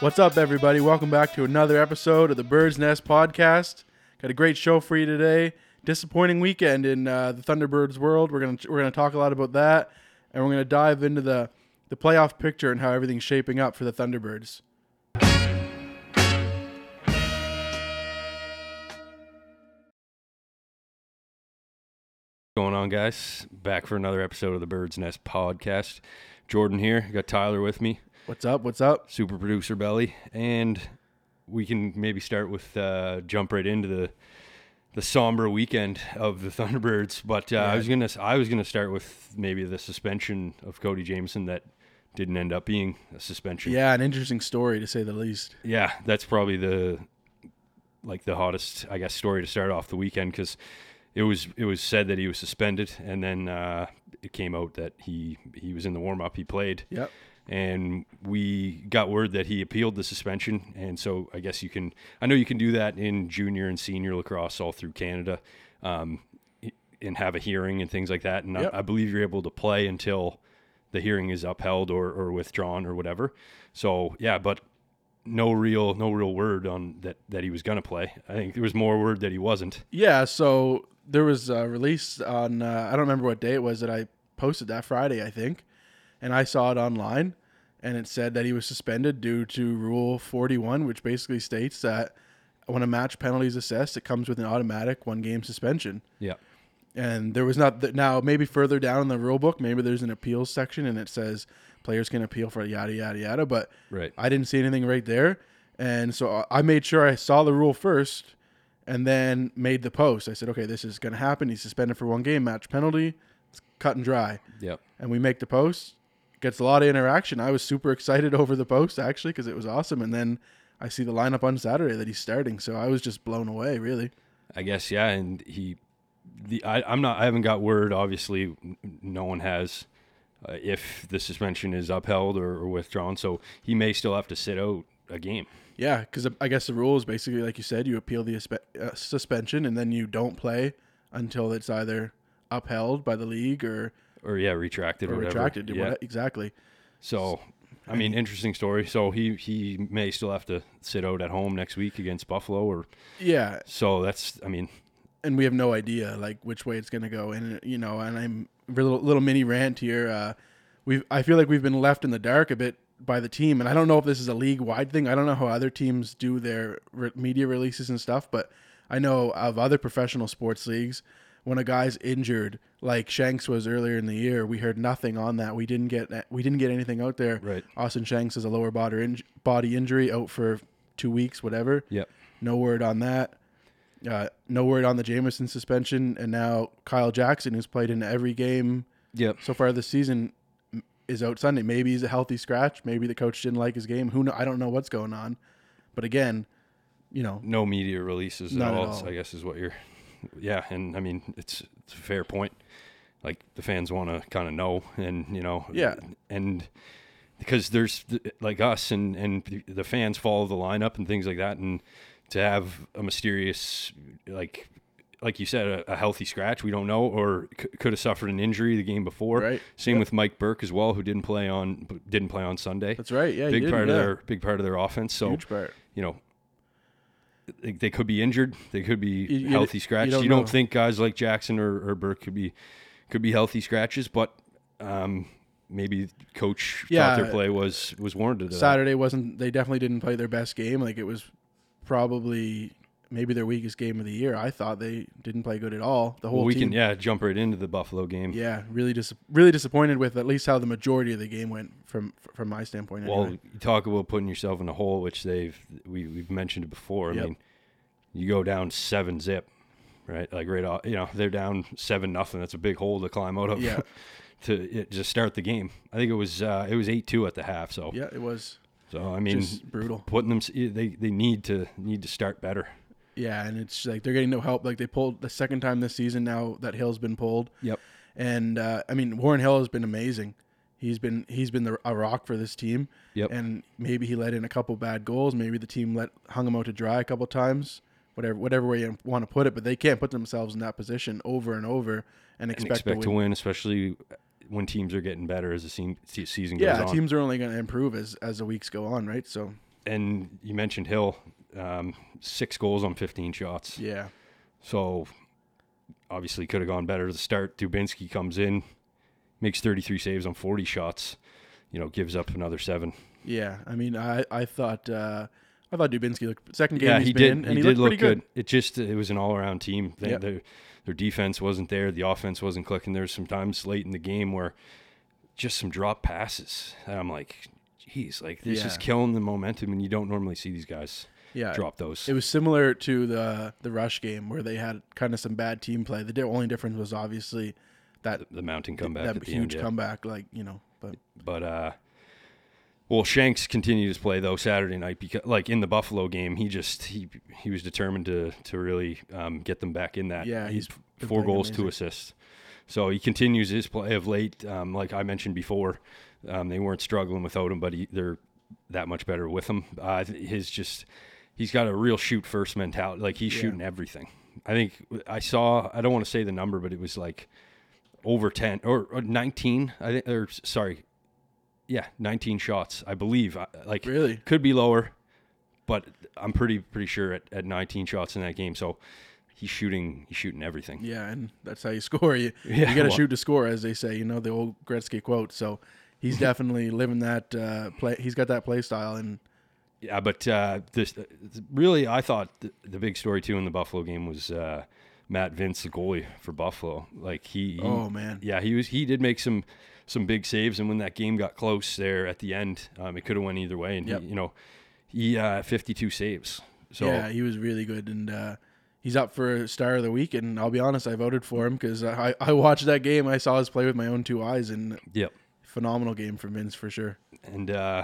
What's up, everybody? Welcome back to another episode of the Bird's Nest podcast. Got a great show for you today. Disappointing weekend in uh, the Thunderbirds world. We're gonna we're gonna talk a lot about that, and we're gonna dive into the the playoff picture and how everything's shaping up for the Thunderbirds. going on guys back for another episode of the bird's nest podcast jordan here got tyler with me What's up? What's up? super producer belly and we can maybe start with uh, jump right into the the somber weekend of the thunderbirds but uh, i was gonna i was gonna start with maybe the suspension of cody jameson that didn't end up being a suspension Yeah, an interesting story to say the least. yeah, that's probably the like the hottest, I guess, story to start off the weekend because it was it was said that he was suspended, and then uh, it came out that he he was in the warm up, he played, Yep. and we got word that he appealed the suspension, and so I guess you can, I know you can do that in junior and senior lacrosse all through Canada, um, and have a hearing and things like that, and Yep. I, I believe you're able to play until the hearing is upheld or, or withdrawn or whatever. So yeah, but no real no real word on that that he was gonna play. I think there was more word that he wasn't. Yeah, so there was a release on uh, I don't remember what day it was that I posted that Friday, I think, and I saw it online, and it said that he was suspended due to Rule Forty One, which basically states that when a match penalty is assessed, it comes with an automatic one game suspension. Yeah. And there was not th- now maybe further down in the rule book, maybe there's an appeals section and it says players can appeal for yada yada yada, but Right. I didn't see anything right there. And so I- I made sure I saw the rule first and then made the post. I said, okay, this is going to happen. He's suspended for one game, match penalty. It's cut and dry. Yep. And we make the post. Gets a lot of interaction. I was super excited over the post, actually, because it was awesome. And then I see the lineup on Saturday that he's starting. So I was just blown away, really. I guess yeah, and he, the I, I'm not I haven't got word. Obviously, n- no one has uh, if the suspension is upheld or, or withdrawn. So he may still have to sit out a game. Yeah, because I guess the rule is basically, like you said, you appeal the aspe- uh, suspension and then you don't play until it's either upheld by the league or, Or yeah, retracted or, or whatever. retracted. Yeah. What- Exactly. So, I mean, interesting story. So he he may still have to sit out at home next week against Buffalo, or Yeah, so that's. I mean, and we have no idea like which way it's gonna go. And you know, and I'm little little mini rant here. Uh, we've I feel like we've been left in the dark a bit by the team, and I don't know if this is a league wide thing. I don't know how other teams do their re- media releases and stuff, but I know of other professional sports leagues when a guy's injured, like Shanks was earlier in the year, we heard nothing on that. We didn't get we didn't get anything out there. Right. Austin Shanks has a lower body inj- body injury out for two weeks, whatever. yep. No word on that. Uh, no word on the Jamison suspension, and now Kyle Jackson, who's played in every game Yep. so far this season, m- is out Sunday. Maybe he's a healthy scratch. Maybe the coach didn't like his game. Who know? I don't know what's going on. But again, you know, No media releases Not at, at all, all. I guess is what you're. Yeah, and I mean it's, it's a fair point. Like the fans want to kind of know, and you know, Yeah. and because there's th- like us and and the fans follow the lineup and things like that, and to have a mysterious like like you said a, a healthy scratch we don't know or c- could have suffered an injury the game before Right. same with mike burke as well who didn't play on didn't play on sunday that's right. Yeah, he big did, part yeah. of their big part of their offense so huge part. you know, they, they could be injured. They could be You- you- healthy you scratches. You don't don't, know. think guys like Jackson or, or Burke could be could be healthy scratches, but um, maybe coach thought Yeah. their play was was warranted. Uh, to that. Saturday wasn't. They definitely didn't play their best game. Like it was probably maybe their weakest game of the year. I thought they didn't play good at all. The whole Well, we team. can yeah jump right into the Buffalo game. Yeah, really dis- really disappointed with at least how the majority of the game went from from my standpoint. Anyway. Well, you talk about putting yourself in a hole, which they've we we've mentioned it before. I Yep. mean, you go down seven zip, right? Like right off, you know, they're down seven nothing. That's a big hole to climb out of. Yeah. to it, just start the game. I think it was uh, it was eight two at the half. So yeah, it was so I mean, just brutal. putting them they they need to need to start better. Yeah, and it's like they're getting no help. Like they pulled the second time this season now that Hill's been pulled. Yep. And uh, I mean Warren Hill has been amazing. He's been he's been the, a rock for this team. Yep. And maybe he let in a couple bad goals. Maybe the team let hung him out to dry a couple times. Whatever whatever way you want to put it, but they can't put themselves in that position over and over and And expect, expect to win, especially when teams are getting better as the se- se- season goes Yeah, on. teams are only going to improve as as the weeks go on, right? So and you mentioned Hill, um, six goals on 15 shots. yeah, So obviously could have gone better to start. Dubinsky comes in, makes 33 saves on 40 shots, you know, gives up another seven. yeah. I mean, I I thought uh, I thought Dubinsky looked second game yeah, he's he been did. in, He, and he, did looked look pretty good. good. It just it was an all around team. They, Yeah. their, their defense wasn't there. The offense wasn't clicking. There was some times late in the game where just some drop passes, and I'm like, geez, like this is Yeah. killing the momentum, and you don't normally see these guys Yeah, drop those. It was similar to the the rush game where they had kind of some bad team play. The di- only difference was obviously that the mountain comeback that at the end, huge yeah. comeback, like you know. But But uh, well, Shanks continued his play though Saturday night because, like in the Buffalo game, he just he he was determined to to really um, get them back in that. Yeah, He he's had been four playing goals, amazing. two assists. So he continues his play of late. Um, like I mentioned before, um, they weren't struggling without him, but he, they're that much better with him. Uh, th- his just he's got a real shoot first mentality. Like he's Yeah. shooting everything. I think I saw. I don't want to say the number, but it was like over 10 or, or 19 i think or s- sorry yeah 19 shots i believe I- like really, could be lower but i'm pretty pretty sure at, at 19 shots in that game so he's shooting he's shooting everything yeah, and that's how you score. You Yeah, you got to well- shoot to score, as they say. You know the old Gretzky quote. So he's definitely living that uh, play. He's got that play style, and yeah but uh this really i thought the, the big story too in the buffalo game was uh matt vince the goalie for buffalo like he, he oh man, yeah he was he did make some some big saves and when that game got close there at the end um, it could have went either way and Yep. he, you know he uh 52 saves so yeah, he was really good, and uh, he's up for star of the week. And I'll be honest, I voted for him because I I watched that game. I saw his play with my own two eyes, and Yep. phenomenal game from Vince for sure. And uh,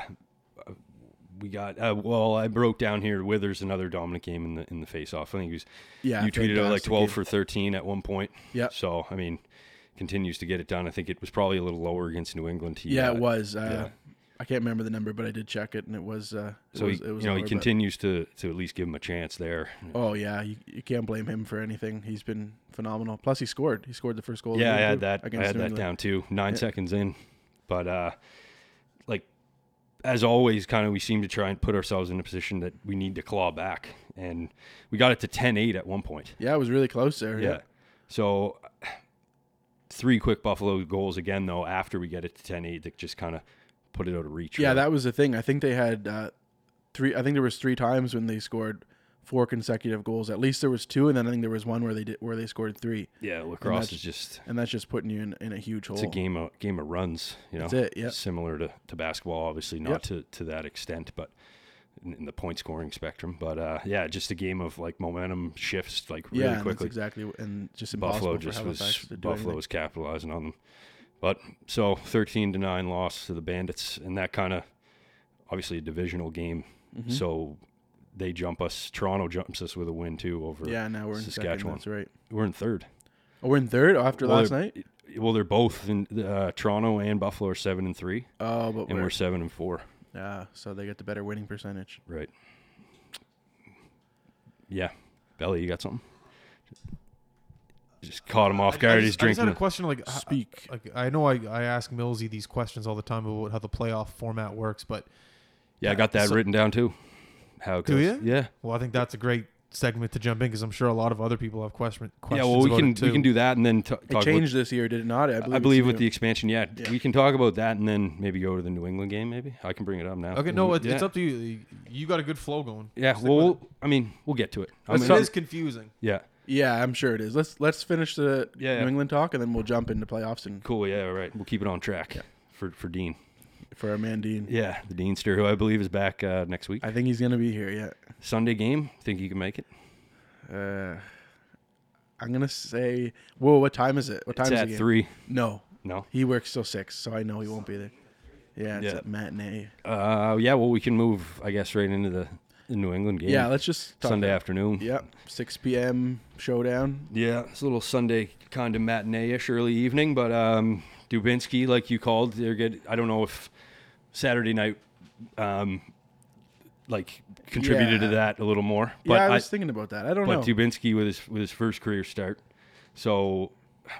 we got uh, well. I broke down here. Withers another dominant game in the in the face off. I think he was. Yeah, you tweeted out like fantastic twelve game. for thirteen at one point. Yep. So I mean, continues to get it done. I think it was probably a little lower against New England. He, Yeah, uh, it was. Uh, yeah. I can't remember the number, but I did check it, and it was. Uh, it So was, he, it was you know he lower, but- continues to to at least give him a chance there. Oh yeah, you, you can't blame him for anything. He's been phenomenal. Plus, he scored. He scored the first goal. of the Yeah, I game, had too, that. I against had New that England. down too. Nine Yeah. seconds in, but uh, like as always, kind of we seem to try and put ourselves in a position that we need to claw back, and we got it to 10-8 at one point. Yeah, it was really close there. Yeah. So three quick Buffalo goals again though after we get it to 10-8 that just kind of put it out of reach. Yeah, really. that was the thing. I think they had uh, three. I think there was three times when they scored four consecutive goals. At least there was two, and then I think there was one where they did where they scored three. yeah, lacrosse that's- is just And that's just putting you in, in a huge hole. it's a game of game of runs, you know. That's it, yep. Similar to, to basketball, obviously not Yep. to, to that extent, but in, in the point scoring spectrum, but uh, yeah, just a game of like momentum shifts like really yeah, and that's quickly. exactly. what- And just impossible Buffalo for just Halifax was to do Buffalo anything. was capitalizing on them. But so 13 to 9 loss to the Bandits and that kind of obviously a divisional game. Mm-hmm. So they jump us Toronto jumps us with a win too over Yeah, now we're in second. Saskatchewan. That's right. We're in third. Oh, we're in third after Well, last they're- night. Well, they're both in uh, Toronto and Buffalo are 7 and 3 Oh, but and we're we're 7 and 4. Yeah, so they get the better winning percentage. Right. Yeah. Belly, you got something? Just caught him off I- I guard. just- He's I just had drinking. a question. Uh, Like, h- Speak. Like, I know I, I ask Millsy these questions all the time about how the playoff format works, but yeah, I got that So- written down too. How it Do goes. ya? Yeah. well, I think that's a great segment to jump in because I'm sure a lot of other people have question, Yeah, questions. well, we about can it, we too. can do that and then t- It talk. changed this year, did it not? I with, believe, I it's believe with the new. expansion, yeah, Yeah. we can talk about that and then maybe go to the New England game. Maybe I can bring it up now. Okay, no, it, yeah. it's up to you. You got a good flow going. Yeah, Stick well, with we'll- I mean, we'll get to it. I it. mean, It is confusing. yeah, yeah, I'm sure it is. Let's let's finish the Yeah. New England talk, and then we'll jump into playoffs and cool. Yeah, all right. We'll keep it on track for for Dean. for our man Dean. Yeah, the Deanster, who I believe is back uh, next week, I think he's gonna be here. Yeah, Sunday game. Think he can make it? uh, I'm gonna say. Whoa, what time is it? What time It's is at it? three. No, No. he works till six, so I know he won't be there. Yeah, it's Yeah. at matinee. Uh, yeah. Well, we can move, I guess, right into the, the New England game. Yeah, let's just talk Sunday afternoon. Yeah, 6 p.m. showdown. Yeah, it's a little Sunday kind of matinee-ish early evening, but um, Dubinsky, like you called, they're good. I don't know if Saturday night, um, like contributed to Yeah. that a little more. But yeah, I I was thinking about that. I don't but know. Dubinsky with his with his first career start, so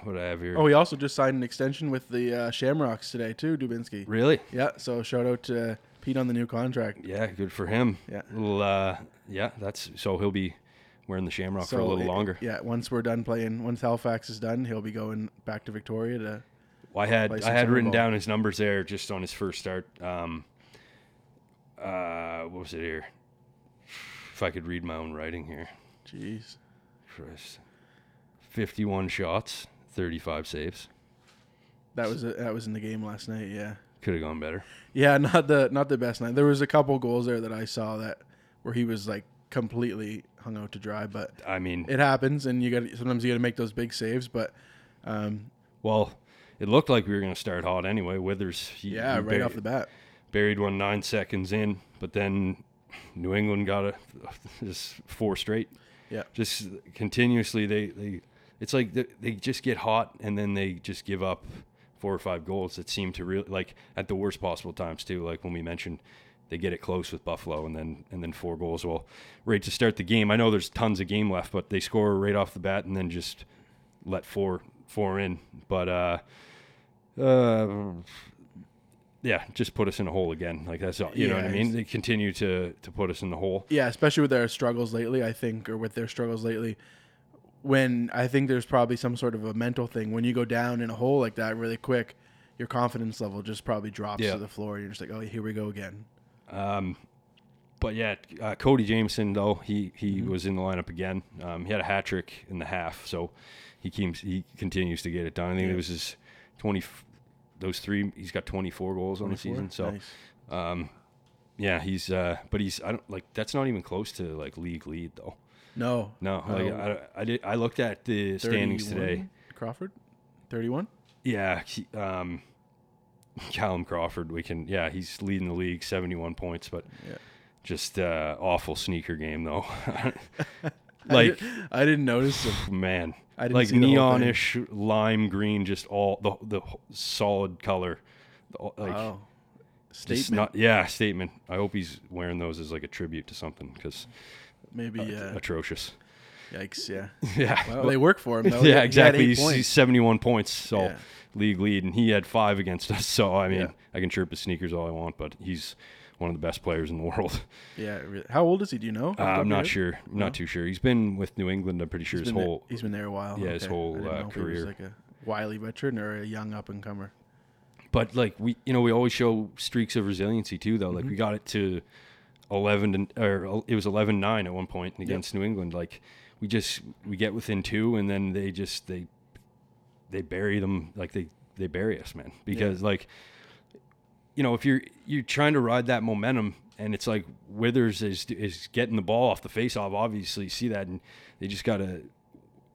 what do I have here? Oh, he also just signed an extension with the uh, Shamrocks today too, Dubinsky. really? Yeah, so shout out to Pete on the new contract. Yeah, good for him. Yeah. Little, uh, yeah, that's so he'll be wearing the shamrock So for a little it- longer. Yeah, once we're done playing, once Halifax is done, he'll be going back to Victoria to. Well, I had Play I some had summer written ball. down his numbers there just on his first start. Um, uh, what was it here? If I could read my own writing here, Jeez. Christ, fifty-one shots, thirty-five saves. That was that was in the game last night. Yeah, Could have gone better. yeah, not the not the best night. There was a couple goals there that I saw that where he was like completely hung out to dry, but I mean, it happens, and you got sometimes you got to make those big saves. But um, well, it looked like we were going to start hot anyway. Withers, he, yeah, he right buried- off the bat, buried one nine seconds in, but then New England got a just four straight. Yeah. just continuously they they it's like they, they just get hot and then they just give up four or five goals that seem to really like at the worst possible times too. Like when we mentioned. They get it close with Buffalo, and then and then four goals. Well, right to start the game. I know there's tons of game left, but they score right off the bat, and then just let four four in. But uh, uh, yeah, just put us in a hole again. Like that's all. You know what I Yeah, mean? it's- They continue to to put us in the hole. yeah, especially with their struggles lately, I think, or with their struggles lately. When I think there's probably some sort of a mental thing when you go down in a hole like that really quick, your confidence level just probably drops Yeah. to the floor. You're just like, oh, here we go again. Um, but yeah, uh, Cody Jameson though he he Mm-hmm. was in the lineup again. Um, he had a hat trick in the half, so he keeps he continues to get it done. I think it was his twenty. Those three, he's got twenty four goals on the season. So Nice. um, yeah, he's uh, but he's I don't like that's not even close to like league lead though. no, No, like Oh. I, I did I looked at the standings 31? today. Crawford, thirty-one. Yeah, he- um, Callum Crawford. We can. Yeah, he's leading the league, seventy-one points, but Yeah. just uh, awful sneaker game though. like I didn't notice him. man, I didn't like see the whole thing. neonish lime green, just all the the solid color. The- Like wow. Statement. just not. Yeah, statement. I hope he's wearing those as like a tribute to something because Maybe. Uh, atrocious. yikes. Yeah. Yeah. Well, they work for him though. He had- he yeah, had exactly. eight He's, points. he's 71 points, so Yeah. league lead, and he had five against us. So I mean, Yeah. I can chirp his sneakers all I want, but he's one of the best players in the world. Yeah. re- How old is he? Do you know? Off Uh, the top of I'm your not head? sure. I'm not too sure. He's been with New England. I'm pretty sure He's his been there- whole. he's been there a while. yeah, his okay. I whole, didn't uh, know if he was career. like a wily veteran or a young up and comer. But like we, you know, we always show streaks of resiliency too. Though, like we got it to 11 to, or it was 11-9 at one point against New England. Like we just we get within two, and then they just they they bury them like they they bury us, man. Because like you know, if you're you're trying to ride that momentum, and it's like Withers is is getting the ball off the face off. Obviously, you see that, and they just gotta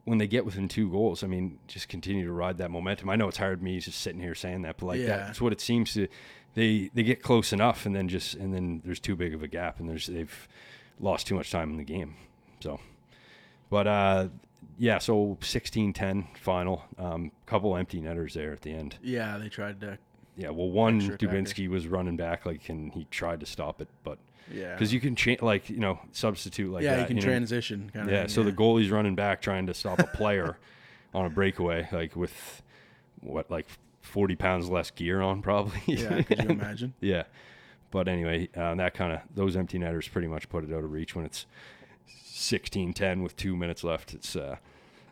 when they get within two goals. I mean, just continue to ride that momentum. I know it's hard me just sitting here saying that, but like Yeah. that's what it seems to. They they get close enough, and then just and then there's too big of a gap, and there's they've lost too much time in the game. So, but uh, yeah, so 16-10 final. Um, couple empty netters there at the end. Yeah, they tried to. Yeah, well, one Extra attacker. Dubinsky was running back, like, and he tried to stop it, but Yeah. because you can change, like, you know, substitute like yeah, that. you can know. transition. Kind yeah, Of, so the goalie's running back trying to stop a player on a breakaway, like with what, like forty pounds less gear on, probably. Yeah. Could you imagine? Yeah. But anyway, uh, that kind of those empty netters pretty much put it out of reach when it's 16-10 with two minutes left. It's uh,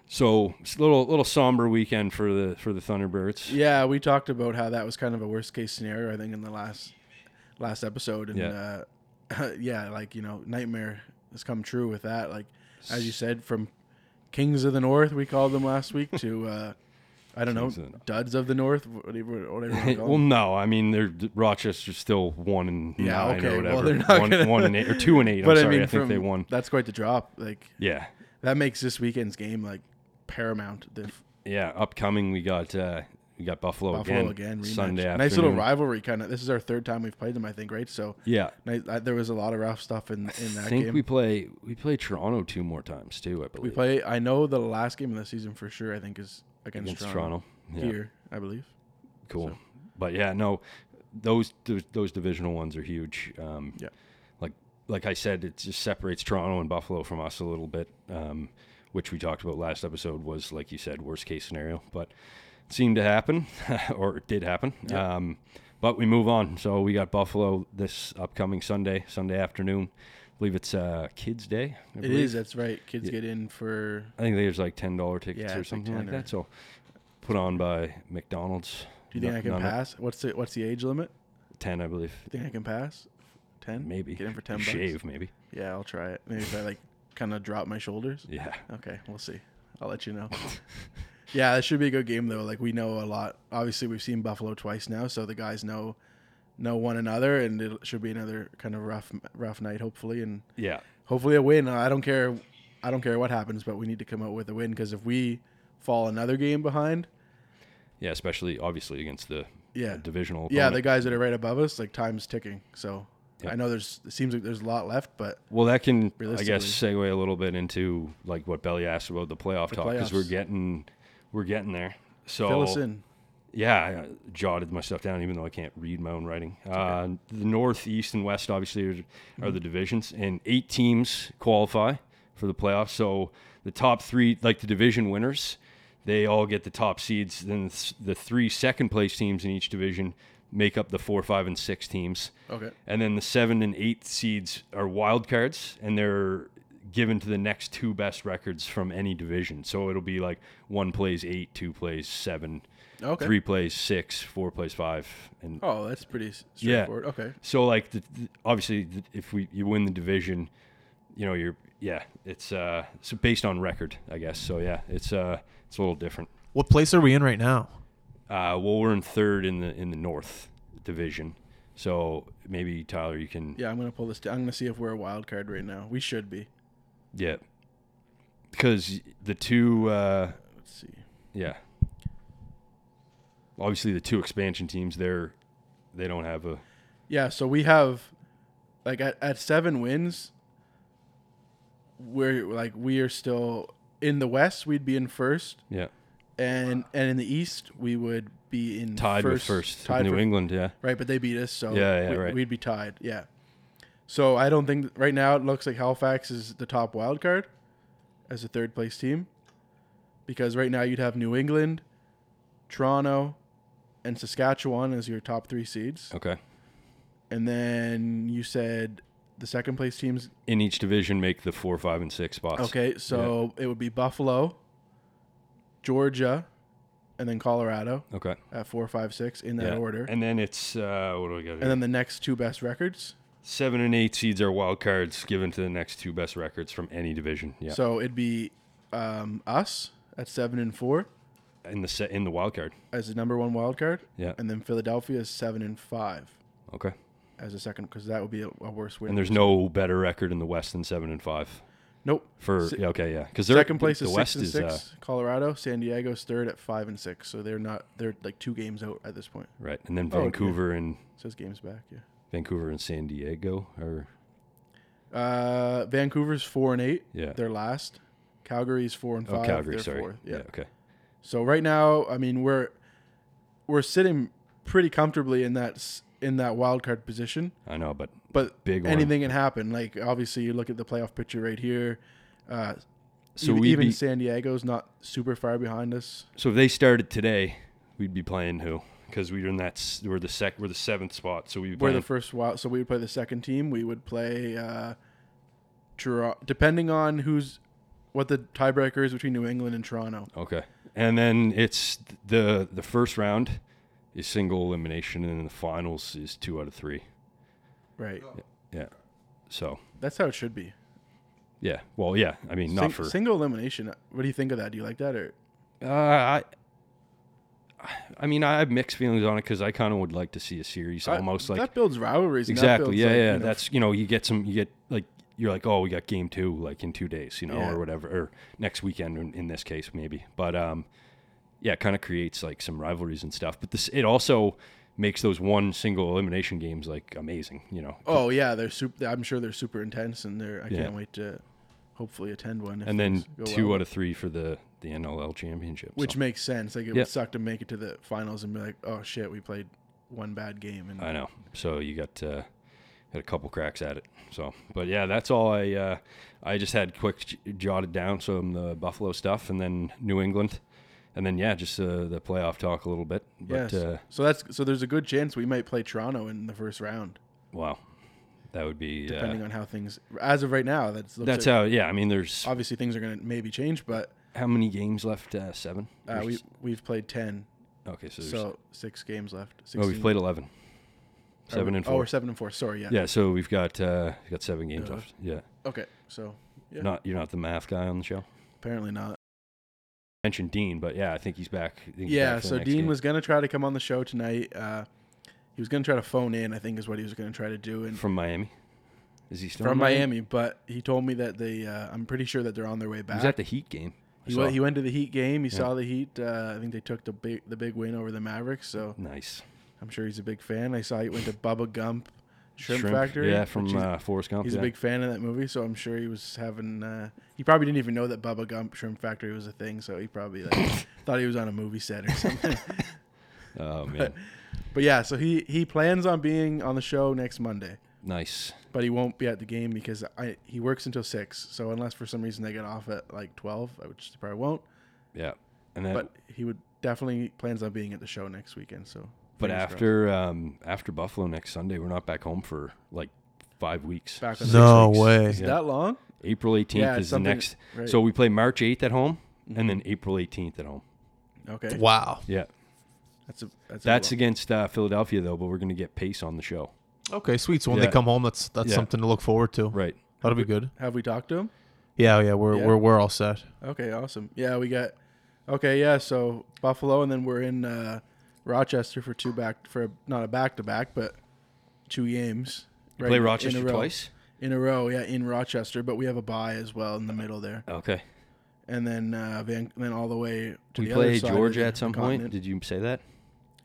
so it's a little little somber weekend for the for the Thunderbirds. Yeah, we talked about how that was kind of a worst case scenario. I think in the last last episode, and Yeah. uh, yeah, like you know, nightmare has come true with that. Like as you said, from kings of the north, we called them last week to uh, I don't Kings know, of the- duds of the north, whatever, whatever. you wanna call well, them. no, I mean they're Rochester's still one and Yeah, nine okay, or well, whatever. they're not one, gonna- one and eight or two and eight. I'm sorry, I, think from- they won. That's quite the drop. Like Yeah, that makes this weekend's game like paramount. The f- yeah. Upcoming, we got uh, we got Buffalo, Buffalo again, again, rematch. Sunday afternoon. nice little rivalry, kind of. This is our third time we've played them, I think. Right, so. Yeah, Nice, I, there was a lot of rough stuff in, in that I think game. we play we play Toronto two more times too. I We believe play. I know the last game of the season for sure. I think is against, against Toronto, Toronto. Yeah, here, I believe. cool. so. But yeah, no, those those, those divisional ones are huge. Um, Yeah. like like I said, it just separates Toronto and Buffalo from us a little bit. Um, which we talked about last episode was like you said worst case scenario, but it seemed to happen or it did happen. Um, but we move on. So we got Buffalo this upcoming Sunday, Sunday afternoon. I believe it's uh, Kids Day. I It believe. is. That's right. Kids get in for I think there's like ten dollar tickets Yeah, or it's like something like, 10 or- that. So put on by McDonald's. Do you think No- I can no, no, pass? What's the what's the age limit? Ten, I believe. Think I can pass? Ten? Maybe Get in for ten bucks. Shave, maybe. Yeah, I'll try it. Maybe if I like kind of drop my shoulders. Yeah. Okay, we'll see. I'll let you know. yeah, that should be a good game though. Like we know a lot. Obviously, we've seen Buffalo twice now, so the guys know know one another, and it should be another kind of rough rough night. Hopefully, and Yeah. hopefully a win. I don't care. I don't care what happens, but we need to come out with a win because if we fall another game behind, Yeah, especially obviously against the Yeah. divisional. yeah, the opponent. guys that are right above us, like time's ticking. So Yeah. I know there's it seems like there's a lot left, but well, that can I guess Realistically. segue a little bit into like what Belly asked about the playoff talk because we're playoffs. getting we're getting there. So fill us in. yeah, I uh, jotted my stuff down, even though I can't read my own writing. Uh, the North, East, and West obviously are, are the divisions, and eight teams qualify for the playoffs. So the top three, like the division winners, they all get the top seeds. Then th- the three second place teams in each division make up the four, five, and six teams. Okay. And then the seven and eight seeds are wild cards, and they're given to the next two best records from any division. So it'll be like one plays eight, two plays seven, Okay. three plays six, four plays five, and Oh, that's pretty s- Yeah. straightforward. Okay. so like the, the- obviously the, if we you win the division, you know you're yeah it's uh it's based on record I guess. So yeah, it's uh it's a little different. What place are we in right now? Uh, well, we're in third in the in the North division. So maybe Tyler, you can Yeah, I'm gonna pull this. Down. I'm gonna see if we're a wild card right now. We should be. Yeah. Because the two, uh, Let's see. yeah. Obviously, the two expansion teams, they're they don't have a Yeah, so we have like at, at seven wins, we're like we are still in the West. We'd be in first, yeah and and in the East we would be in tied first, with first with tied New for- England. Yeah, right? But they beat us, so Yeah, yeah, we, right. would be tied. Yeah. So I don't think right now it looks like Halifax is the top wild card as a third place team, because right now you'd have New England, Toronto, and Saskatchewan as your top three seeds, okay. and then you said the second place teams. In each division, make the four, five, and six spots. Okay, so it would be Buffalo, Georgia, and then Colorado Okay. at four, five, six in that yeah. order, and, And then it's uh, what do we got? Here? then the next two best records. seven and eight seeds are wild cards given to the next two best records from any division. Yeah. So it'd be um, us at seven and four in the set in the wild card. as the number one wild card, Yeah. and then Philadelphia is seven and five Okay. as a second because that would be a, a worse win. And there's no better record in the West than seven and five. nope. For Se- yeah, okay, yeah, because second place the is West six and is uh, six. Colorado, San Diego's third at five and six, so they're not they're like two games out at this point. Right, and then Oh, okay. Vancouver and So it's games back, yeah. Vancouver and San Diego, or Uh, Vancouver's four and eight. Yeah. they're last. Calgary's four and oh five. Calgary, they're sorry, fourth. yeah. okay, So right now, I mean, we're we're sitting pretty comfortably in that s- in that wild card position. I know, but but Big one. anything can happen. Like obviously, you look at the playoff picture right here. Uh, so even, we even be, San Diego's not super far behind us. so if they started today, we'd be playing who? Because we're in that s- we're the sec we're the seventh spot, so we'd be We're the playing first wild, so we would play the second team. We would play, uh, Tor- depending on who's what the tiebreaker is between New England and Toronto. okay, and then it's th- the the first round is single elimination, and then the finals is two out of three. Right, Yeah, so that's how it should be. yeah, well, yeah, I mean, not Sing- for single elimination. What do you think of that? Do you like that or Uh, I, I mean, I have mixed feelings on it because I kind of would like to see a series almost Uh, like that builds rivalries. and that exactly, builds, yeah, like, yeah. you know, That's you know, you get some, you get like you're like, oh, we got game two like in two days, you know, Yeah. or whatever, or next weekend in, in this case maybe, but um, yeah, it kind of creates like some rivalries and stuff. But this it also makes those one single elimination games like amazing, you know. oh yeah, they're super. I'm sure they're super intense, and they're. I Yeah. can't wait to hopefully attend one. if and then things go two well. out of three for the the NLL championship, Which so. makes sense. Like it Yeah. would suck to make it to the finals and be like, oh shit, we played one bad game. And I know. So you got uh, had a couple cracks at it. So, but yeah, that's all I uh, I just had quick j- jotted down some the Buffalo stuff, and then New England, and then yeah, just uh, the playoff talk a little bit. But yes. uh, so that's so there's a good chance we might play Toronto in the first round, wow, that would be depending uh, on how things. As of right now, that's looks that's like- how yeah. I mean, there's obviously things are going to maybe change, but how many games left? Uh, seven. uh, Or we s- we've played ten, okay, so, there's, so six games left. 16. oh, we've played eleven. Are Seven we- and Oh, four. we're seven and four. Sorry, yeah. yeah, so we've got uh, we've got seven games Yeah. left. Yeah. Okay, so Yeah. not you're not the math guy on the show. apparently not. Mentioned Dean, but yeah, I think he's back. I think he's Yeah, back for the so next Dean game. was gonna try to come on the show tonight. Uh, he was gonna try to phone in, I think, is what he was gonna try to do, and from, from Miami. Is he still in Miami. But he told me that they, uh, I'm pretty sure that they're on their way He back. was at the Heat game. I he, went, saw. he went to the Heat game. He Yeah. saw the Heat. Uh, I think they took the big the big win over the Mavericks. So nice I'm sure he's a big fan. I saw he went to Bubba Gump Shrimp, Shrimp, Factory. Yeah, which from he's, uh, Forrest Gump. he's yeah. a big fan of that movie, so I'm sure he was having. Uh, he probably didn't even know that Bubba Gump Shrimp Factory was a thing, so he probably like, thought he was on a movie set or something. Oh man, But yeah, so he he plans on being on the show next Monday, nice. but he won't be at the game because I he works until six. So unless for some reason they get off at like twelve, which they probably won't, Yeah, and then but but, he would definitely plans on being at the show next weekend. So fingers crossed. after um, after Buffalo next Sunday, we're not back home for like five weeks. Back on Six No weeks. way. is Yeah. that long? April eighteenth Yeah, is the something- Mm-hmm. next. right. So we play March eighth at home, and then April eighteenth at home. Okay, Wow. Yeah, that's a that's a that's little- against uh, Philadelphia though, but we're gonna get pace on the show. Okay, sweet. So when Yeah. they come home, that's that's Yeah. something to look forward to. Right. That'll be good. have we talked to him? Yeah, yeah, we're Yeah. we're we're all set. Okay, awesome. Yeah, we got okay. Yeah, so Buffalo, and then we're in uh, Rochester for two back for not a back to back, but two games. right, play in a Rochester row. twice. in a row. Yeah, in Rochester, but we have a bye as well in the middle there, Okay. and then uh, Van- then all the way to We the play other side of Georgia the at some continent. point. Did you say that?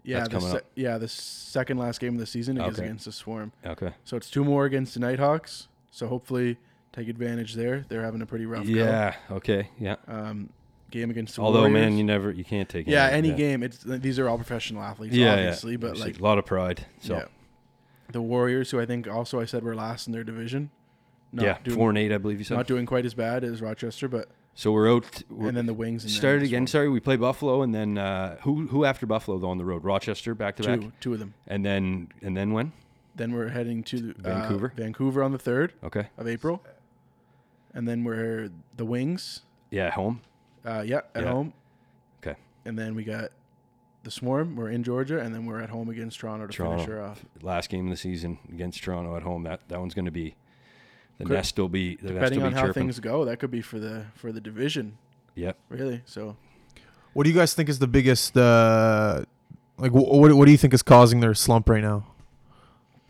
yeah, That's the coming se- up. yeah, the second last game of the season is Okay. against the Swarm. Okay. So it's two more against the Nighthawks. So hopefully take advantage there. They're having a pretty rough go. Yeah. Okay. Yeah. Um, game against the Although, man, Warriors. you never, you can't take. yeah, any- any game. It's these are all professional athletes, Yeah, obviously, yeah. but Obviously, like a lot of pride. So yeah. the Warriors, who I think also I said were last in their division. Not yeah, doing, four and eight, I believe you said. not doing quite as bad as Rochester, but so we're out. We're and then the Wings and then started the again. Sorry, we play Buffalo, and then uh, who who after Buffalo though on the road? Rochester back to Swarm. back, two two of them. and then and then when? Then we're heading to uh, Vancouver? Vancouver on the third Okay, of April, and then we're the Wings. yeah, home. Uh, yeah, at Yeah. home. Okay. And then we got the Swarm. We're in Georgia, and then we're at home against Toronto to Toronto. finish her off. Last game of the season against Toronto at home. That that one's going to be the Could- nest will be the nest Depending will on be how chirping. things go, that could be for the for the division, Yep. really. So What do you guys think is the biggest? Uh, like, wh- what what do you think is causing their slump right now?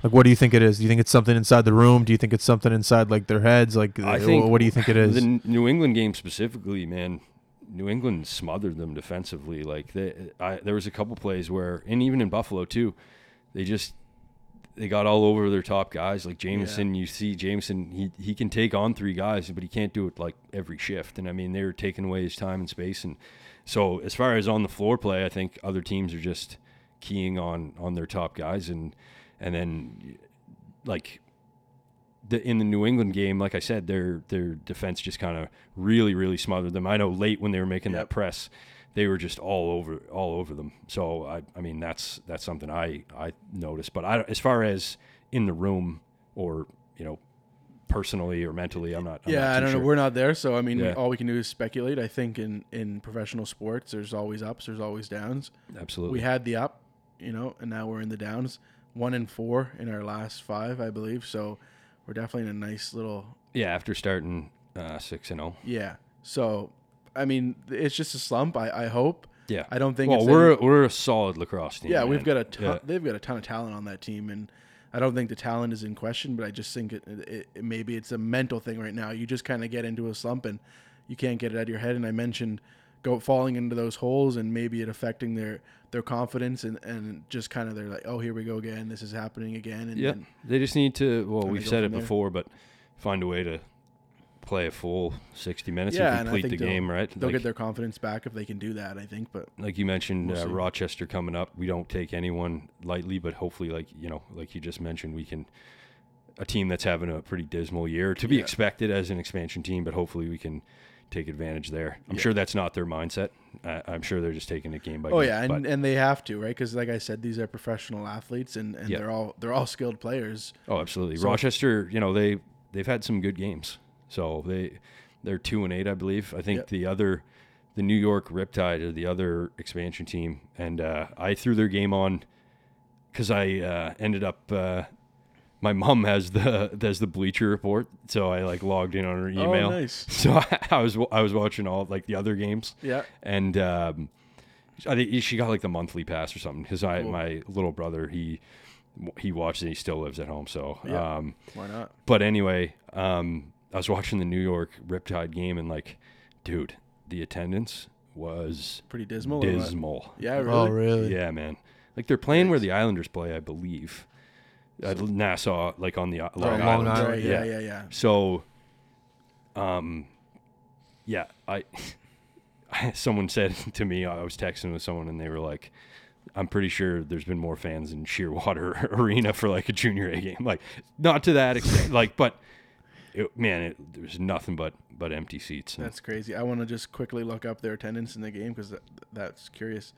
Like, what do you think it is? Do you think it's something inside the room? Do you think it's something inside like their heads? Like, I wh- think- what do you think it is? The N- New England game specifically, man, New England smothered them defensively. Like they, I, there was a couple plays where, and even in Buffalo too, they just they got all over their top guys. Like Jameson, you see Jameson, he he can take on three guys, but he can't do it like every shift. And I mean, they were taking away his time and space. And so, as far as on the floor play, I think other teams are just keying on on their top guys, and and then like the, in the New England game, like I said, their their defense just kind of really really smothered them. I know late when they were making Yep. that press, they were just all over all over them. So I I mean that's that's something I I noticed. But I don't- as far as in the room or you know personally or mentally, I'm not. I'm yeah, not I too don't know. sure. We're not there, so I mean, Yeah. all we can do is speculate. I think in in professional sports, there's always ups, there's always downs. absolutely. We had the up, you know, and now we're in the downs. One and four in our last five, I believe. So we're definitely in a nice little yeah, after starting uh, six and zero. yeah. So I mean, it's just a slump. I I hope. Yeah, I don't think. well, it's we're any- we're a solid lacrosse team. yeah, we've man. got a ton, Yeah. they've got a ton of talent on that team, and I don't think the talent is in question. But I just think it, it, it maybe it's a mental thing right now. You just kind of get into a slump and you can't get it out of your head. And I mentioned go falling into those holes and maybe it affecting their their confidence and and just kind of they're like, oh, here we go again. This is happening again. And, Yeah, and they just need to. Well, kinda we've go said it from there. before, but find a way to play a full sixty minutes Yeah, and and I complete think the they'll- game, right? they'll like, get their confidence back if they can do that. I think, but like you mentioned, We'll uh, see. Rochester coming up. We don't take anyone lightly, but hopefully, like you know, like you just mentioned, we can a team that's having a pretty dismal year to be expected as an expansion team, but hopefully we can take advantage there. I'm sure that's not their mindset. I, I'm sure they're just taking it game by Oh game. yeah, but- and, and they have to, right? Because like I said, these are professional athletes, and, and Yeah. they're all they're all skilled players. Oh, absolutely. Rochester, you know, they they've had some good games. So they they're two and eight, I believe. I think Yep. the other the New York Riptide are the other expansion team, and uh, I threw their game on because I uh, ended up. Uh, my mom has the has the Bleacher Report, so I like logged in on her email. Oh, nice. So I, I was I was watching all like the other games. Yeah. and um, I think she got like the monthly pass or something because I Cool. my little brother he he watches and he still lives at home. So Yeah. um, Why not? but anyway, um, I was watching the New York Riptide game and like, dude, the attendance was Pretty dismal. or what? dismal. Yeah. Really. Oh, really? Yeah, man. Like they're playing where the Islanders play, I believe. Uh, Nassau, like on the I- Long, Right, Island. Long Island. Oh, right, yeah. yeah. Yeah. Yeah. So, um, yeah, I, someone said to me, I was texting with someone, and they were like, "I'm pretty sure there's been more fans in Shearwater Arena for like a junior A game, like not to that extent, like, but it, man, it, there was nothing but but empty seats. And That's crazy. I want to just quickly look up their attendance in the game because that, that's curious.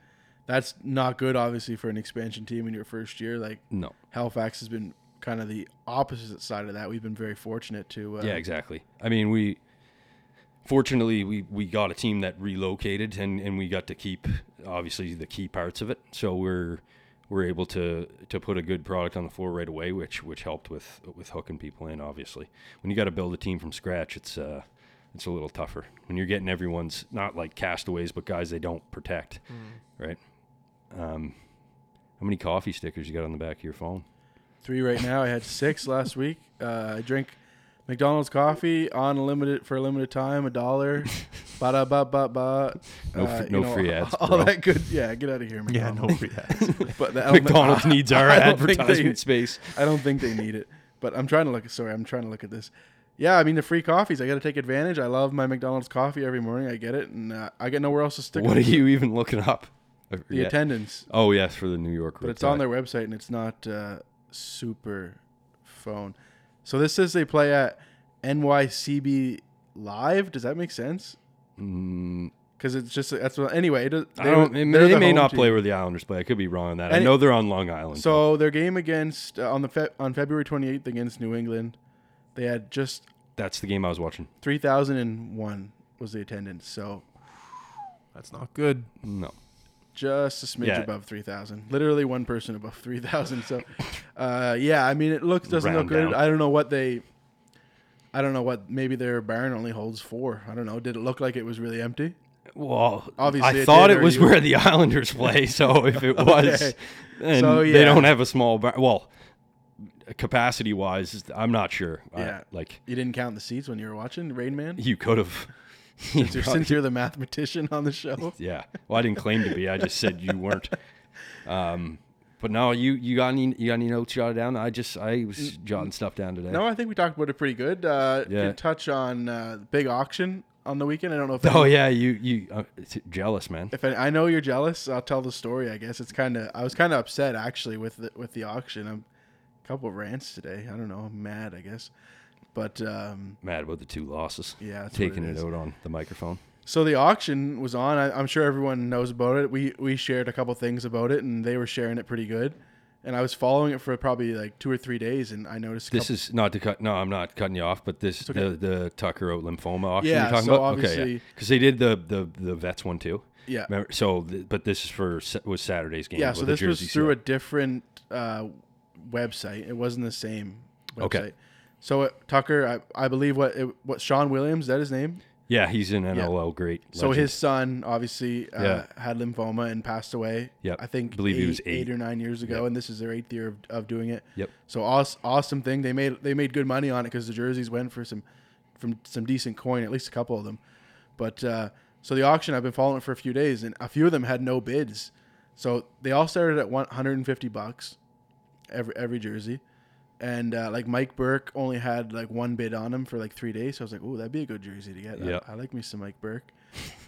That's not good, obviously, for an expansion team in your first year. Like no, Halifax has been kind of the opposite side of that. We've been very fortunate to. Uh, yeah, exactly. I mean, we fortunately we we got a team that relocated and and we got to keep obviously the key parts of it. So we're we're able to to put a good product on the floor right away, which which helped with with hooking people in. Obviously, when you got to build a team from scratch, it's uh it's a little tougher when you're getting everyone's not like castaways, but guys they don't protect, Mm. right? Um, how many coffee stickers you got on the back of your phone? three right now. I had six last week. Uh, I drink McDonald's coffee on a limited for a limited time, a dollar. Ba da ba ba ba. No Uh, f- you no know, free ads, All bro. that good. Yeah, get out of here, Yeah, McDonald's. no free ads. Oh, But that- I don't- McDonald's needs our I don't think they- advertisement space. I don't think they need it. But I'm trying to look. Sorry, I'm trying to look at this. Yeah, I mean the free coffees. I got to take advantage. I love my McDonald's coffee every morning. I get it, and uh, I get nowhere else to stick. What are it. you even looking up? I The forget. attendance, Oh yes, for the New York. but it's on their website and it's not uh, super phone. So this says they play at NYCB Live. Does that make sense? Mm, Because it's just that's what. Anyway, it, does- I they- don't. They, they're may, they the may home not team. play where the Islanders play. I could be wrong on that. I And it- know they're on Long Island. So their game against uh, on the Fe- on February 28th against New England, they had just that's the game I was watching. 3,001 was the attendance. So That's not good. Mm. No. just a smidge Yeah. above 3,000. Literally one person above 3,000. So, uh, yeah, I mean, it looks doesn't Round look good. down. I don't know what they. I don't know what. Maybe their barn only holds four. I don't know. Did it look like it was really empty? Well, Obviously it I did, thought it or was you- where the Islanders play. So if it was, Okay. and So, they yeah. don't have a small bar. Well, capacity wise, I'm not sure. I- Yeah. like You didn't count the seats when you were watching Rain Man. you could have. Since you're, since you're the mathematician on the show, Yeah. Well, I didn't claim to be. I just said you weren't. Um, but no, you you got any you got any notes jotted down? I just I was jotting stuff down today. no, I think we talked about it pretty good. Uh, Yeah. Can touch on uh, big auction on the weekend. I don't know if Oh yeah, you you uh, it's jealous man. if I, I know you're jealous, I'll tell the story. I guess it's kind of I was kind of upset actually with the, with the auction. I'm a couple of rants today. I don't know. I'm mad, I guess. But um, Mad about the two losses. yeah, that's what Taking it it, is. out on the microphone. So the auction was on. I, I'm sure everyone knows about it. We we shared a couple things about it, and they were sharing it pretty good. And I was following it for probably like two or three days, and I noticed. a This is not to cut. No, I'm not cutting you off. But this okay. the the Tucker out lymphoma auction Yeah, you're talking so about. obviously- because they did the the the vets one too. couple- yeah, Remember, so, th- but this is for Sa- was Saturday's game. yeah. with So the this was Jersey through a Seal. different uh, website. It wasn't the same website. Okay. So uh, Tucker, I, I believe what it, what Sean Williams, is that his name? yeah. He's an NLL great. So legend. his son obviously uh, Yeah. had lymphoma and passed away. Yep. I think Believe eight, he was eight. or nine years ago, and this is their eighth year of, of doing it. Yep. So awesome, awesome thing. They made they made good money on it because the jerseys went for some from some decent coin, at least a couple of them. But uh, so the auction, I've been following it for a few days, and a few of them had no bids. So they all started at 150 bucks every every jersey. And uh, like Mike Burke only had like one bid on him for like three days, so I was like, "Ooh, that'd be a good jersey to get." I- Yeah. I, like me some Mike Burke.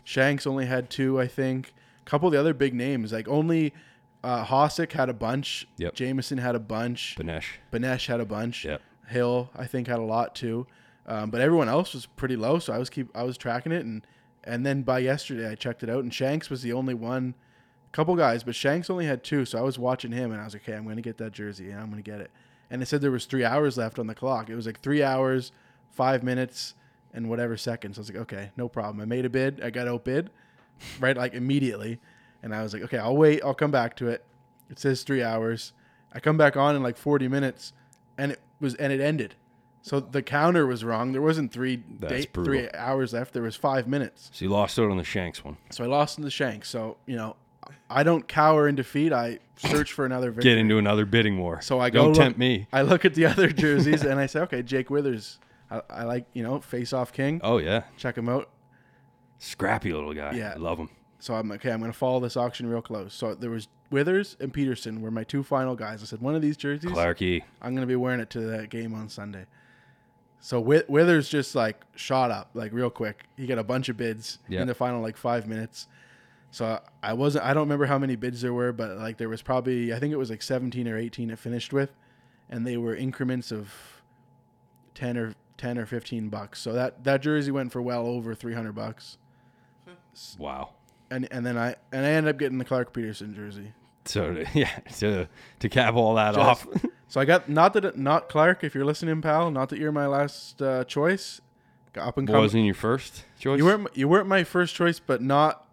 Shanks only had two, I think. A couple of the other big names, like only uh, Hossack had a bunch. Yep. Jameson had a bunch. Banesh. Banesh had a bunch. Yep. Hill, I think, had a lot too, um, but everyone else was pretty low. So I was keep I was tracking it, and and then by yesterday I checked it out, and Shanks was the only one, couple guys, but Shanks only had two. So I was watching him, and I was like, okay, I'm gonna get that jersey, and I'm gonna get it. And it said there was three hours left on the clock. It was like three hours, five minutes, and whatever seconds. I was like, okay, no problem. I made a bid. I got outbid, right? Like immediately. And I was like, okay, I'll wait. I'll come back to it. It says three hours. I come back on in like 40 minutes, and it was and it ended. So the counter was wrong. There wasn't three That's day, three brutal. hours left. There was five minutes. So you lost out on the Shanks one. So I lost in the shank. So you know, I don't cower in defeat. I search for another victory. Get into another bidding war. So I go don't look- tempt me. I look at the other jerseys and I say, okay, Jake Withers. I, I like you know face off king. Oh yeah, Check him out. scrappy little guy. Yeah. I love him. So I'm okay. I'm gonna follow this auction real close. So there was Withers and Peterson were my two final guys. I said one of these jerseys, Clarky. I'm gonna be wearing it to that game on Sunday. So Wi- Withers just like shot up like real quick. He got a bunch of bids Yeah. in the final like five minutes. So I wasn't. I don't remember how many bids there were, but like there was probably I think it was like 17 or 18 it finished with, and they were increments of 10 or 10 or 15 bucks. So that that jersey went for well over 300 bucks. Wow. And and then I and I ended up getting the Clark Peterson jersey. So to- yeah, to to cap all that Just- off. So I got not that not Clark. If you're listening, pal, not that you're my last uh, choice. Got Up and coming. Wasn't your first choice? You weren't m- you weren't my first choice, but not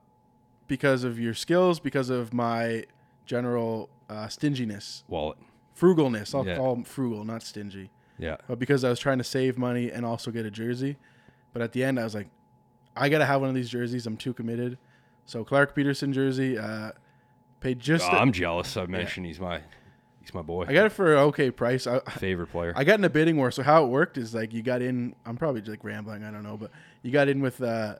because of your skills, because of my general uh, stinginess, wallet. frugalness. I'll Yeah. call 'em frugal, not stingy, Yeah. but because I was trying to save money and also get a jersey. But at the end, I was like, I gotta have one of these jerseys. I'm too committed. So Clark Peterson jersey, uh, paid just. Oh, I I'm jealous. I mentioned he's my he's my boy. got it for an okay price. I, favorite player. I got in a bidding war. So how it worked is like you got in. I'm probably just like rambling. I don't know, but you got in with uh,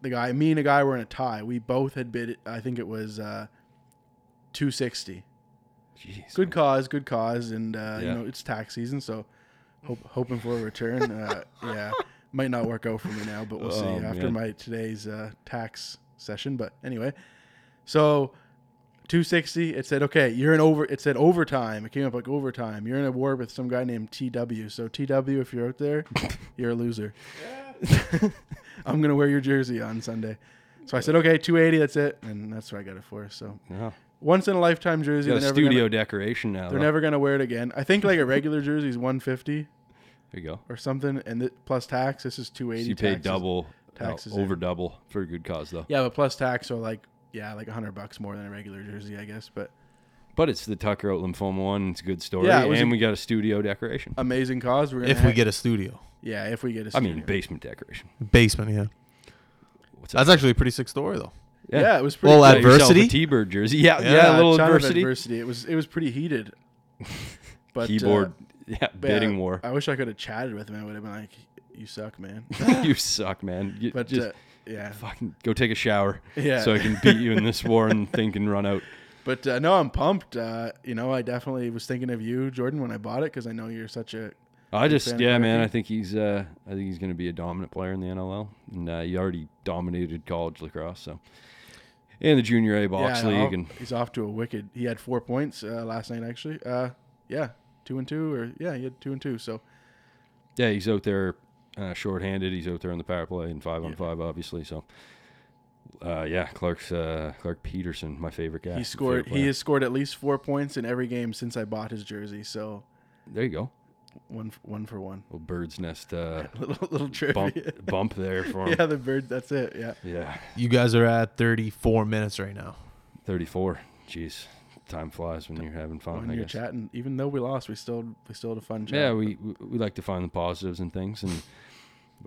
the guy. Me and a guy were in a tie. We both had bid. I think it was uh, 260. Jeez. Good cause, good cause, and uh, you Yeah. know it's tax season, so hope, hoping for a return. uh, yeah, might not work out for me now, but we'll Oh, see after man. my today's uh, tax session. But anyway, so 260 it said okay you're in over it said overtime it came up like overtime you're in a war with some guy named tw so tw if you're out there you're a loser i'm gonna wear your jersey on sunday so i said okay 280 that's it and that's what i got it for so Yeah. once in a lifetime jersey You got they're a never, studio Gonna, decoration now. they're though. never gonna wear it again i think like a regular jersey is 150 there you go. or something and th- plus tax this is So 280 you pay taxes. double, no, taxes in. over double for a good cause though. yeah but plus tax so like yeah like 100 bucks more than a regular jersey i guess but But it's the Tucker Out lymphoma one. It's a good story. Yeah, it was and a- we got a studio decoration. amazing cause we're gonna If we ha- get a studio, yeah if we get a I mean, studio. basement decoration. basement, yeah. What's that? That's actually a pretty sick story, though. Yeah, it was pretty. Well, cool. Got yourself a adversity? T-bird jersey. Yeah, yeah, a Yeah, little ton of adversity. adversity. It was it was pretty heated. But Keyboard. uh, yeah, but yeah, bidding war. I wish I could have chatted with him. I would have been like, "You suck, man." you suck, man. You But just uh, yeah, fucking go take a shower. Yeah. So I can beat you in this war and think and run out. but uh, no, I'm pumped. Uh, you know, I definitely was thinking of you, Jordan, when I bought it because I know you're such a I fan just of yeah, Clarke? man. I think he's uh, I think he's going to be a dominant player in the NLL, and uh, he already dominated college lacrosse. So, and the junior A box yeah, league, off- and he's off to a wicked. He had four points uh, last night, actually. Uh, yeah, two and two, or yeah, he had two and two. So yeah, he's out there uh, shorthanded. He's out there on the power play and five on five, obviously. So, uh, yeah, Clark's uh, Clark Peterson, my favorite guy. he my scored. favorite He player. has scored at least four points in every game since I bought his jersey. So There you go, one f- one for one. little bird's nest uh, little little trivia. bump bump there for him. Yeah, the bird. That's it. Yeah. yeah. You guys are at 34 minutes right now. 34. Jeez, time flies when you're having fun. when I you're guess. chatting, even though we lost, we still we still had a fun chat. Yeah, we we- we like to find the positives and things, and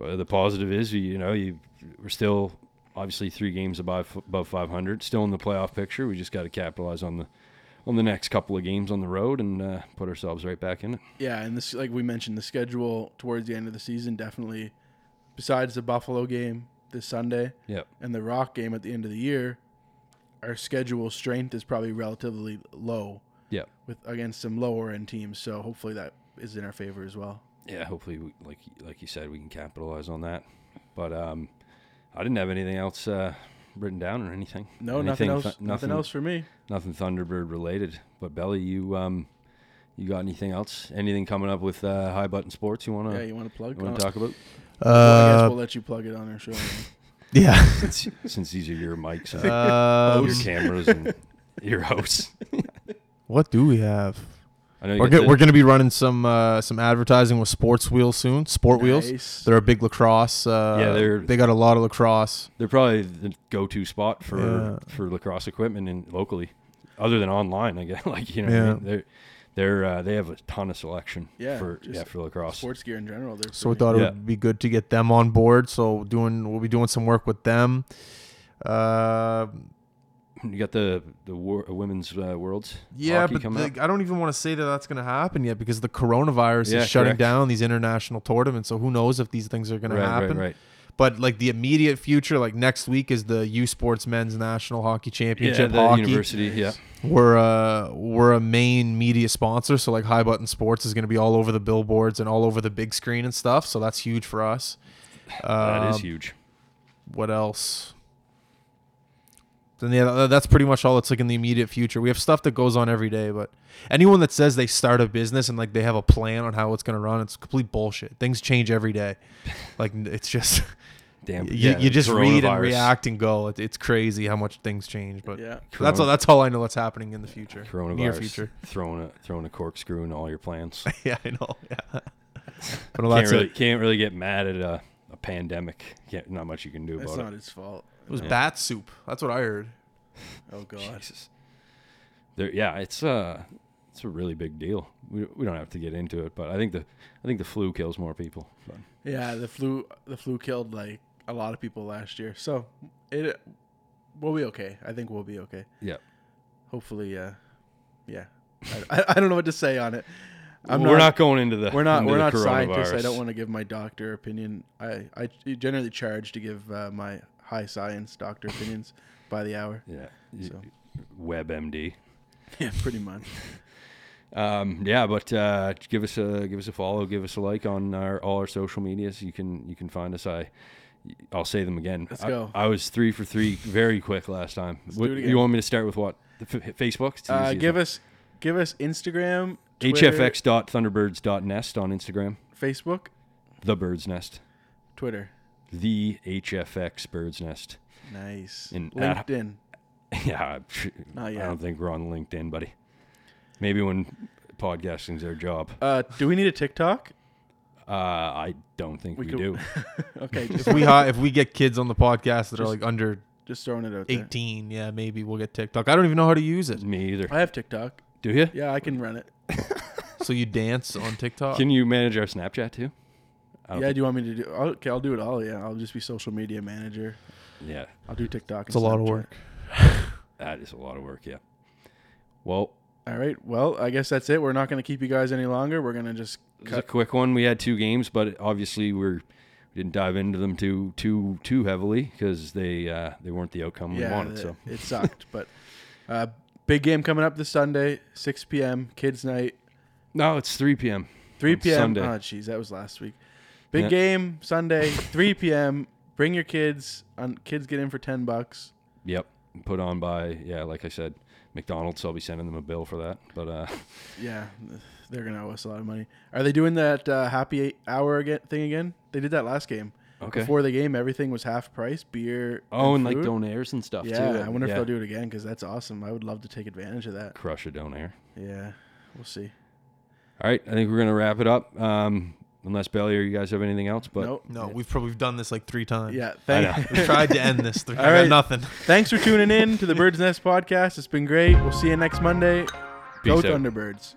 uh, the positive is you know you we're still obviously three games above above 500, still in the playoff picture. We just got to capitalize on the on the next couple of games on the road and uh, put ourselves right back in it. yeah, and this like we mentioned, the schedule towards the end of the season definitely, besides the Buffalo game this Sunday Yep. and the Rock game at the end of the year, our schedule strength is probably relatively low Yep. with against some lower end teams. So hopefully that is in our favor as well. yeah, hopefully, we, like like you said, we can capitalize on that. But um, I didn't have anything else uh, written down or anything. No, Anything nothing else. thu- nothing else for me. Nothing Thunderbird related. But Belly, you um, You got anything else? Anything coming up with uh, High Button Sports you want yeah, to you want to plug? want Uh, to talk about? well, I guess Uh, we'll let you plug it on our show. yeah. Since these are your mics, and Uh, Um, your cameras, and your house. what do we have? I know you We're, got go- the- we're going to be running some uh, some advertising with Sports Wheels soon. Sport Wheels. Nice. They're a big lacrosse. Uh, Yeah, they're- they got a lot of lacrosse. They're probably the go-to spot for Yeah. for lacrosse equipment and locally, other than online. I guess like you know what Yeah. I mean? they're they're uh, they have a ton of selection Yeah, for just yeah for lacrosse. Sports gear in general. They're So we pretty- thought it Yeah. would be good to get them on board. So doing we'll be doing some work with them. Uh, You got the the war, women's uh, worlds yeah, hockey but coming up. the, I don't even want to say that that's going to happen yet because the coronavirus Yeah, is shutting correct. down these international tournaments. So who knows if these things are going to right, happen? right, right. But like the immediate future, like next week is the U Sports Men's National Hockey Yeah, Championship the hockey. university. Yeah, We're uh we're a main media sponsor, so like High Button Sports is going to be all over the billboards and all over the big screen and stuff. So that's huge for us. that is Um, huge. what else? Then yeah, tha- that's pretty much all that's like in the immediate future. We have stuff that goes on every day, but anyone that says they start a business and like they have a plan on how it's going to run, it's complete bullshit. Things change every day. Like n- it's just Damn, you, yeah, you just read and coronavirus. react and go. It, it's crazy how much things change, but Yeah. that's all. That's all I know. That's happening in the future, Coronavirus, near future. throwing a throwing a corkscrew in all your plans. yeah, I know. Yeah, but well, can't that's really it. can't really get mad at a, a pandemic. Can't, not much you can do That's about not it. his fault. It was Yeah. bat soup. That's what I heard. Oh god. Jesus. There, yeah, it's uh it's a really big deal. We, we don't have to get into it, but I think the I think the flu kills more people. But Yeah, the flu the flu killed like a lot of people last year. So it we'll be okay. I think we'll be okay. yeah, Hopefully, uh, yeah. I, I, I don't know what to say on it. I'm we're not, going into the we're not into we're not the scientists. I coronavirus. don't want to give my doctor opinion. I I generally charge to give uh, my high science doctor opinions by the hour. Yeah, So. WebMD. Yeah, pretty much. Um, yeah, but uh, give us a give us a follow, give us a like on our all our social medias. You can you can find us. I I'll say them again. Let's I, go. I was three for three, very quick last time. Let's What- do it again. You want me to start with what the f- Facebook? It's Uh, easy, give isn't it? us give us Instagram, Twitter, hfx.thunderbirds.nest on Instagram. Facebook, The Bird's Nest. Twitter. the HFX Bird's Nest. Nice. In- at- LinkedIn. yeah, I'm sure- Not I yet. don't think we're on LinkedIn, buddy. Maybe when podcasting's their job. Uh, do we need a TikTok? Uh, I don't think we, could- do. okay, If just, we hi- if we get kids on the podcast that are Just- like under just throwing it out there. 18, yeah, maybe we'll get TikTok. I don't even know how to use it. Me either. I have TikTok. Do you? Yeah, I can run it. So you dance on TikTok? Can you manage our Snapchat too? I don't Uh, Yeah, do you want me to do? I'll, okay, I'll do it all. Yeah, I'll just be social media manager. think- yeah. I'll do TikTok. it's a lot of work. That is a lot of work. Yeah. Well, All right. Well, I guess that's it. We're not going to keep you guys any longer. We're going to just it was a cut. quick one. We had two games, but obviously we're we didn't dive into them too too too heavily because they uh, they weren't the outcome we yeah, wanted. the- so it sucked. but uh, big game coming up this Sunday, 6 p.m. Kids night, no, it's 3 p.m. 3 On p.m. Sunday. Oh, jeez, that was last week. Big Yeah. game Sunday, 3 p.m. Bring your kids. On kids get in for 10 bucks. Yep, put on by yeah, like I said, McDonald's. I'll be sending them a bill for that. But uh, Yeah, they're gonna owe us a lot of money. Are they doing that uh, happy eight hour again thing again? They did that last game. okay. Before the game, everything was half price, beer. oh, and like food. donairs and stuff Yeah, too. I wonder Yeah. if they'll do it again because that's awesome. I would love to take advantage of that. crush a donair. Yeah, we'll see. All right, I think we're gonna wrap it up. Um, unless Belly or you guys have anything else, but nope. No, we've probably we've done this like three times. Yeah, know. thank, We've tried to end this. Three, All I got right. nothing. thanks for tuning in to the Bird's Nest podcast. It's been great. We'll see you next Monday. Go Peace out. Thunderbirds.